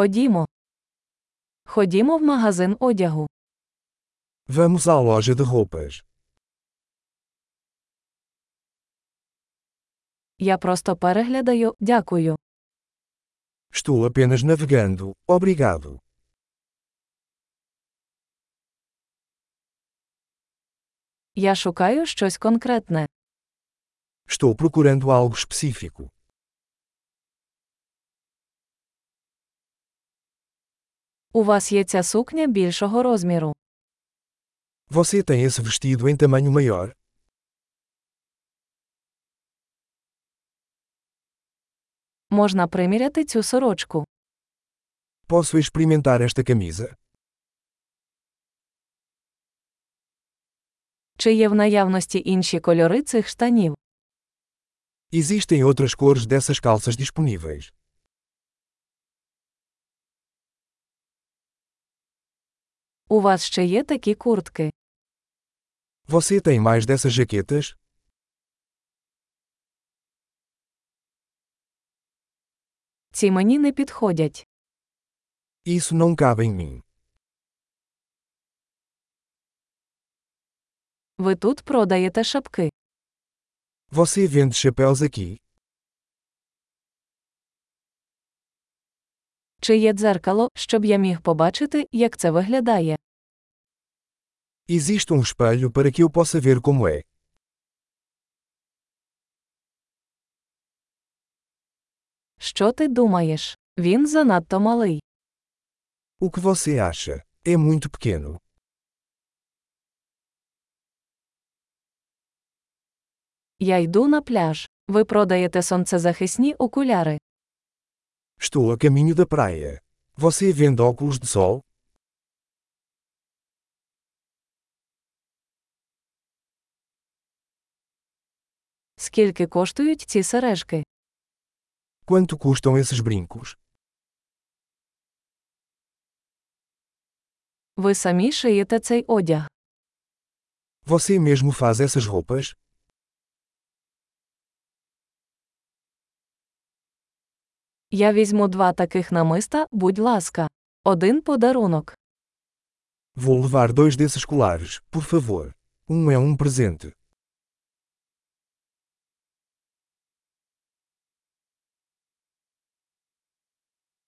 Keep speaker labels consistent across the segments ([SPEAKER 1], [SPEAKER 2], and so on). [SPEAKER 1] Ходімо. Ходімо в магазин одягу.
[SPEAKER 2] Vamos à loja de roupas.
[SPEAKER 1] Я просто переглядаю, дякую.
[SPEAKER 2] Estou apenas navegando, obrigado.
[SPEAKER 1] Я шукаю щось конкретне.
[SPEAKER 2] Estou procurando algo específico.
[SPEAKER 1] У вас є ця сукня більшого розміру.
[SPEAKER 2] Você tem esse vestido em tamanho maior?
[SPEAKER 1] Можна приміряти цю сорочку.
[SPEAKER 2] Posso experimentar esta camisa?
[SPEAKER 1] Чи є в наявності інші кольори цих штанів?
[SPEAKER 2] Existem outras cores dessas calças disponíveis.
[SPEAKER 1] У вас ще є такі куртки.
[SPEAKER 2] Você tem mais dessas jaquetas?
[SPEAKER 1] Ці мені не підходять.
[SPEAKER 2] Isso não cabe em mim.
[SPEAKER 1] Ви тут продаєте шапки.
[SPEAKER 2] Você vende chapéus aqui?
[SPEAKER 1] Чи є дзеркало, щоб я міг побачити, як це виглядає?
[SPEAKER 2] Existe um espelho para que eu possa ver como é.
[SPEAKER 1] Що ти думаєш? Він занадто малий.
[SPEAKER 2] O que você acha? É muito pequeno.
[SPEAKER 1] Я йду на пляж. Ви продаєте сонцезахисні окуляри.
[SPEAKER 2] Estou a caminho da praia. Você vende óculos de sol?
[SPEAKER 1] Скільки коштують ці сережки?
[SPEAKER 2] Quanto custam esses brincos?
[SPEAKER 1] Ви самі шиєте цей одяг.
[SPEAKER 2] Você mesmo faz essas roupas?
[SPEAKER 1] Я візьму два таких намиста, будь ласка. Один подарунок.
[SPEAKER 2] Vou levar dois desses colares, por favor. Um é um presente.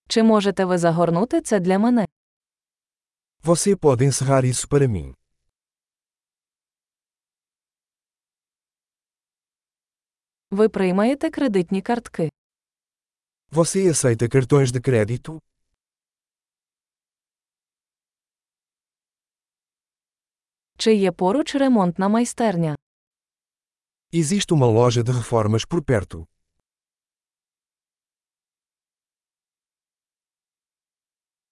[SPEAKER 1] Чи можете ви загорнути це для мене?
[SPEAKER 2] Você pode encerrar isso para mim.
[SPEAKER 1] Ви приймаєте кредитні картки.
[SPEAKER 2] Você aceita cartões de crédito?
[SPEAKER 1] Чи є поруч ремонтна майстерня?
[SPEAKER 2] Existe uma loja de reformas por perto.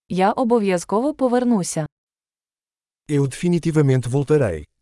[SPEAKER 1] Я обов'язково повернуся.
[SPEAKER 2] Eu definitivamente voltarei.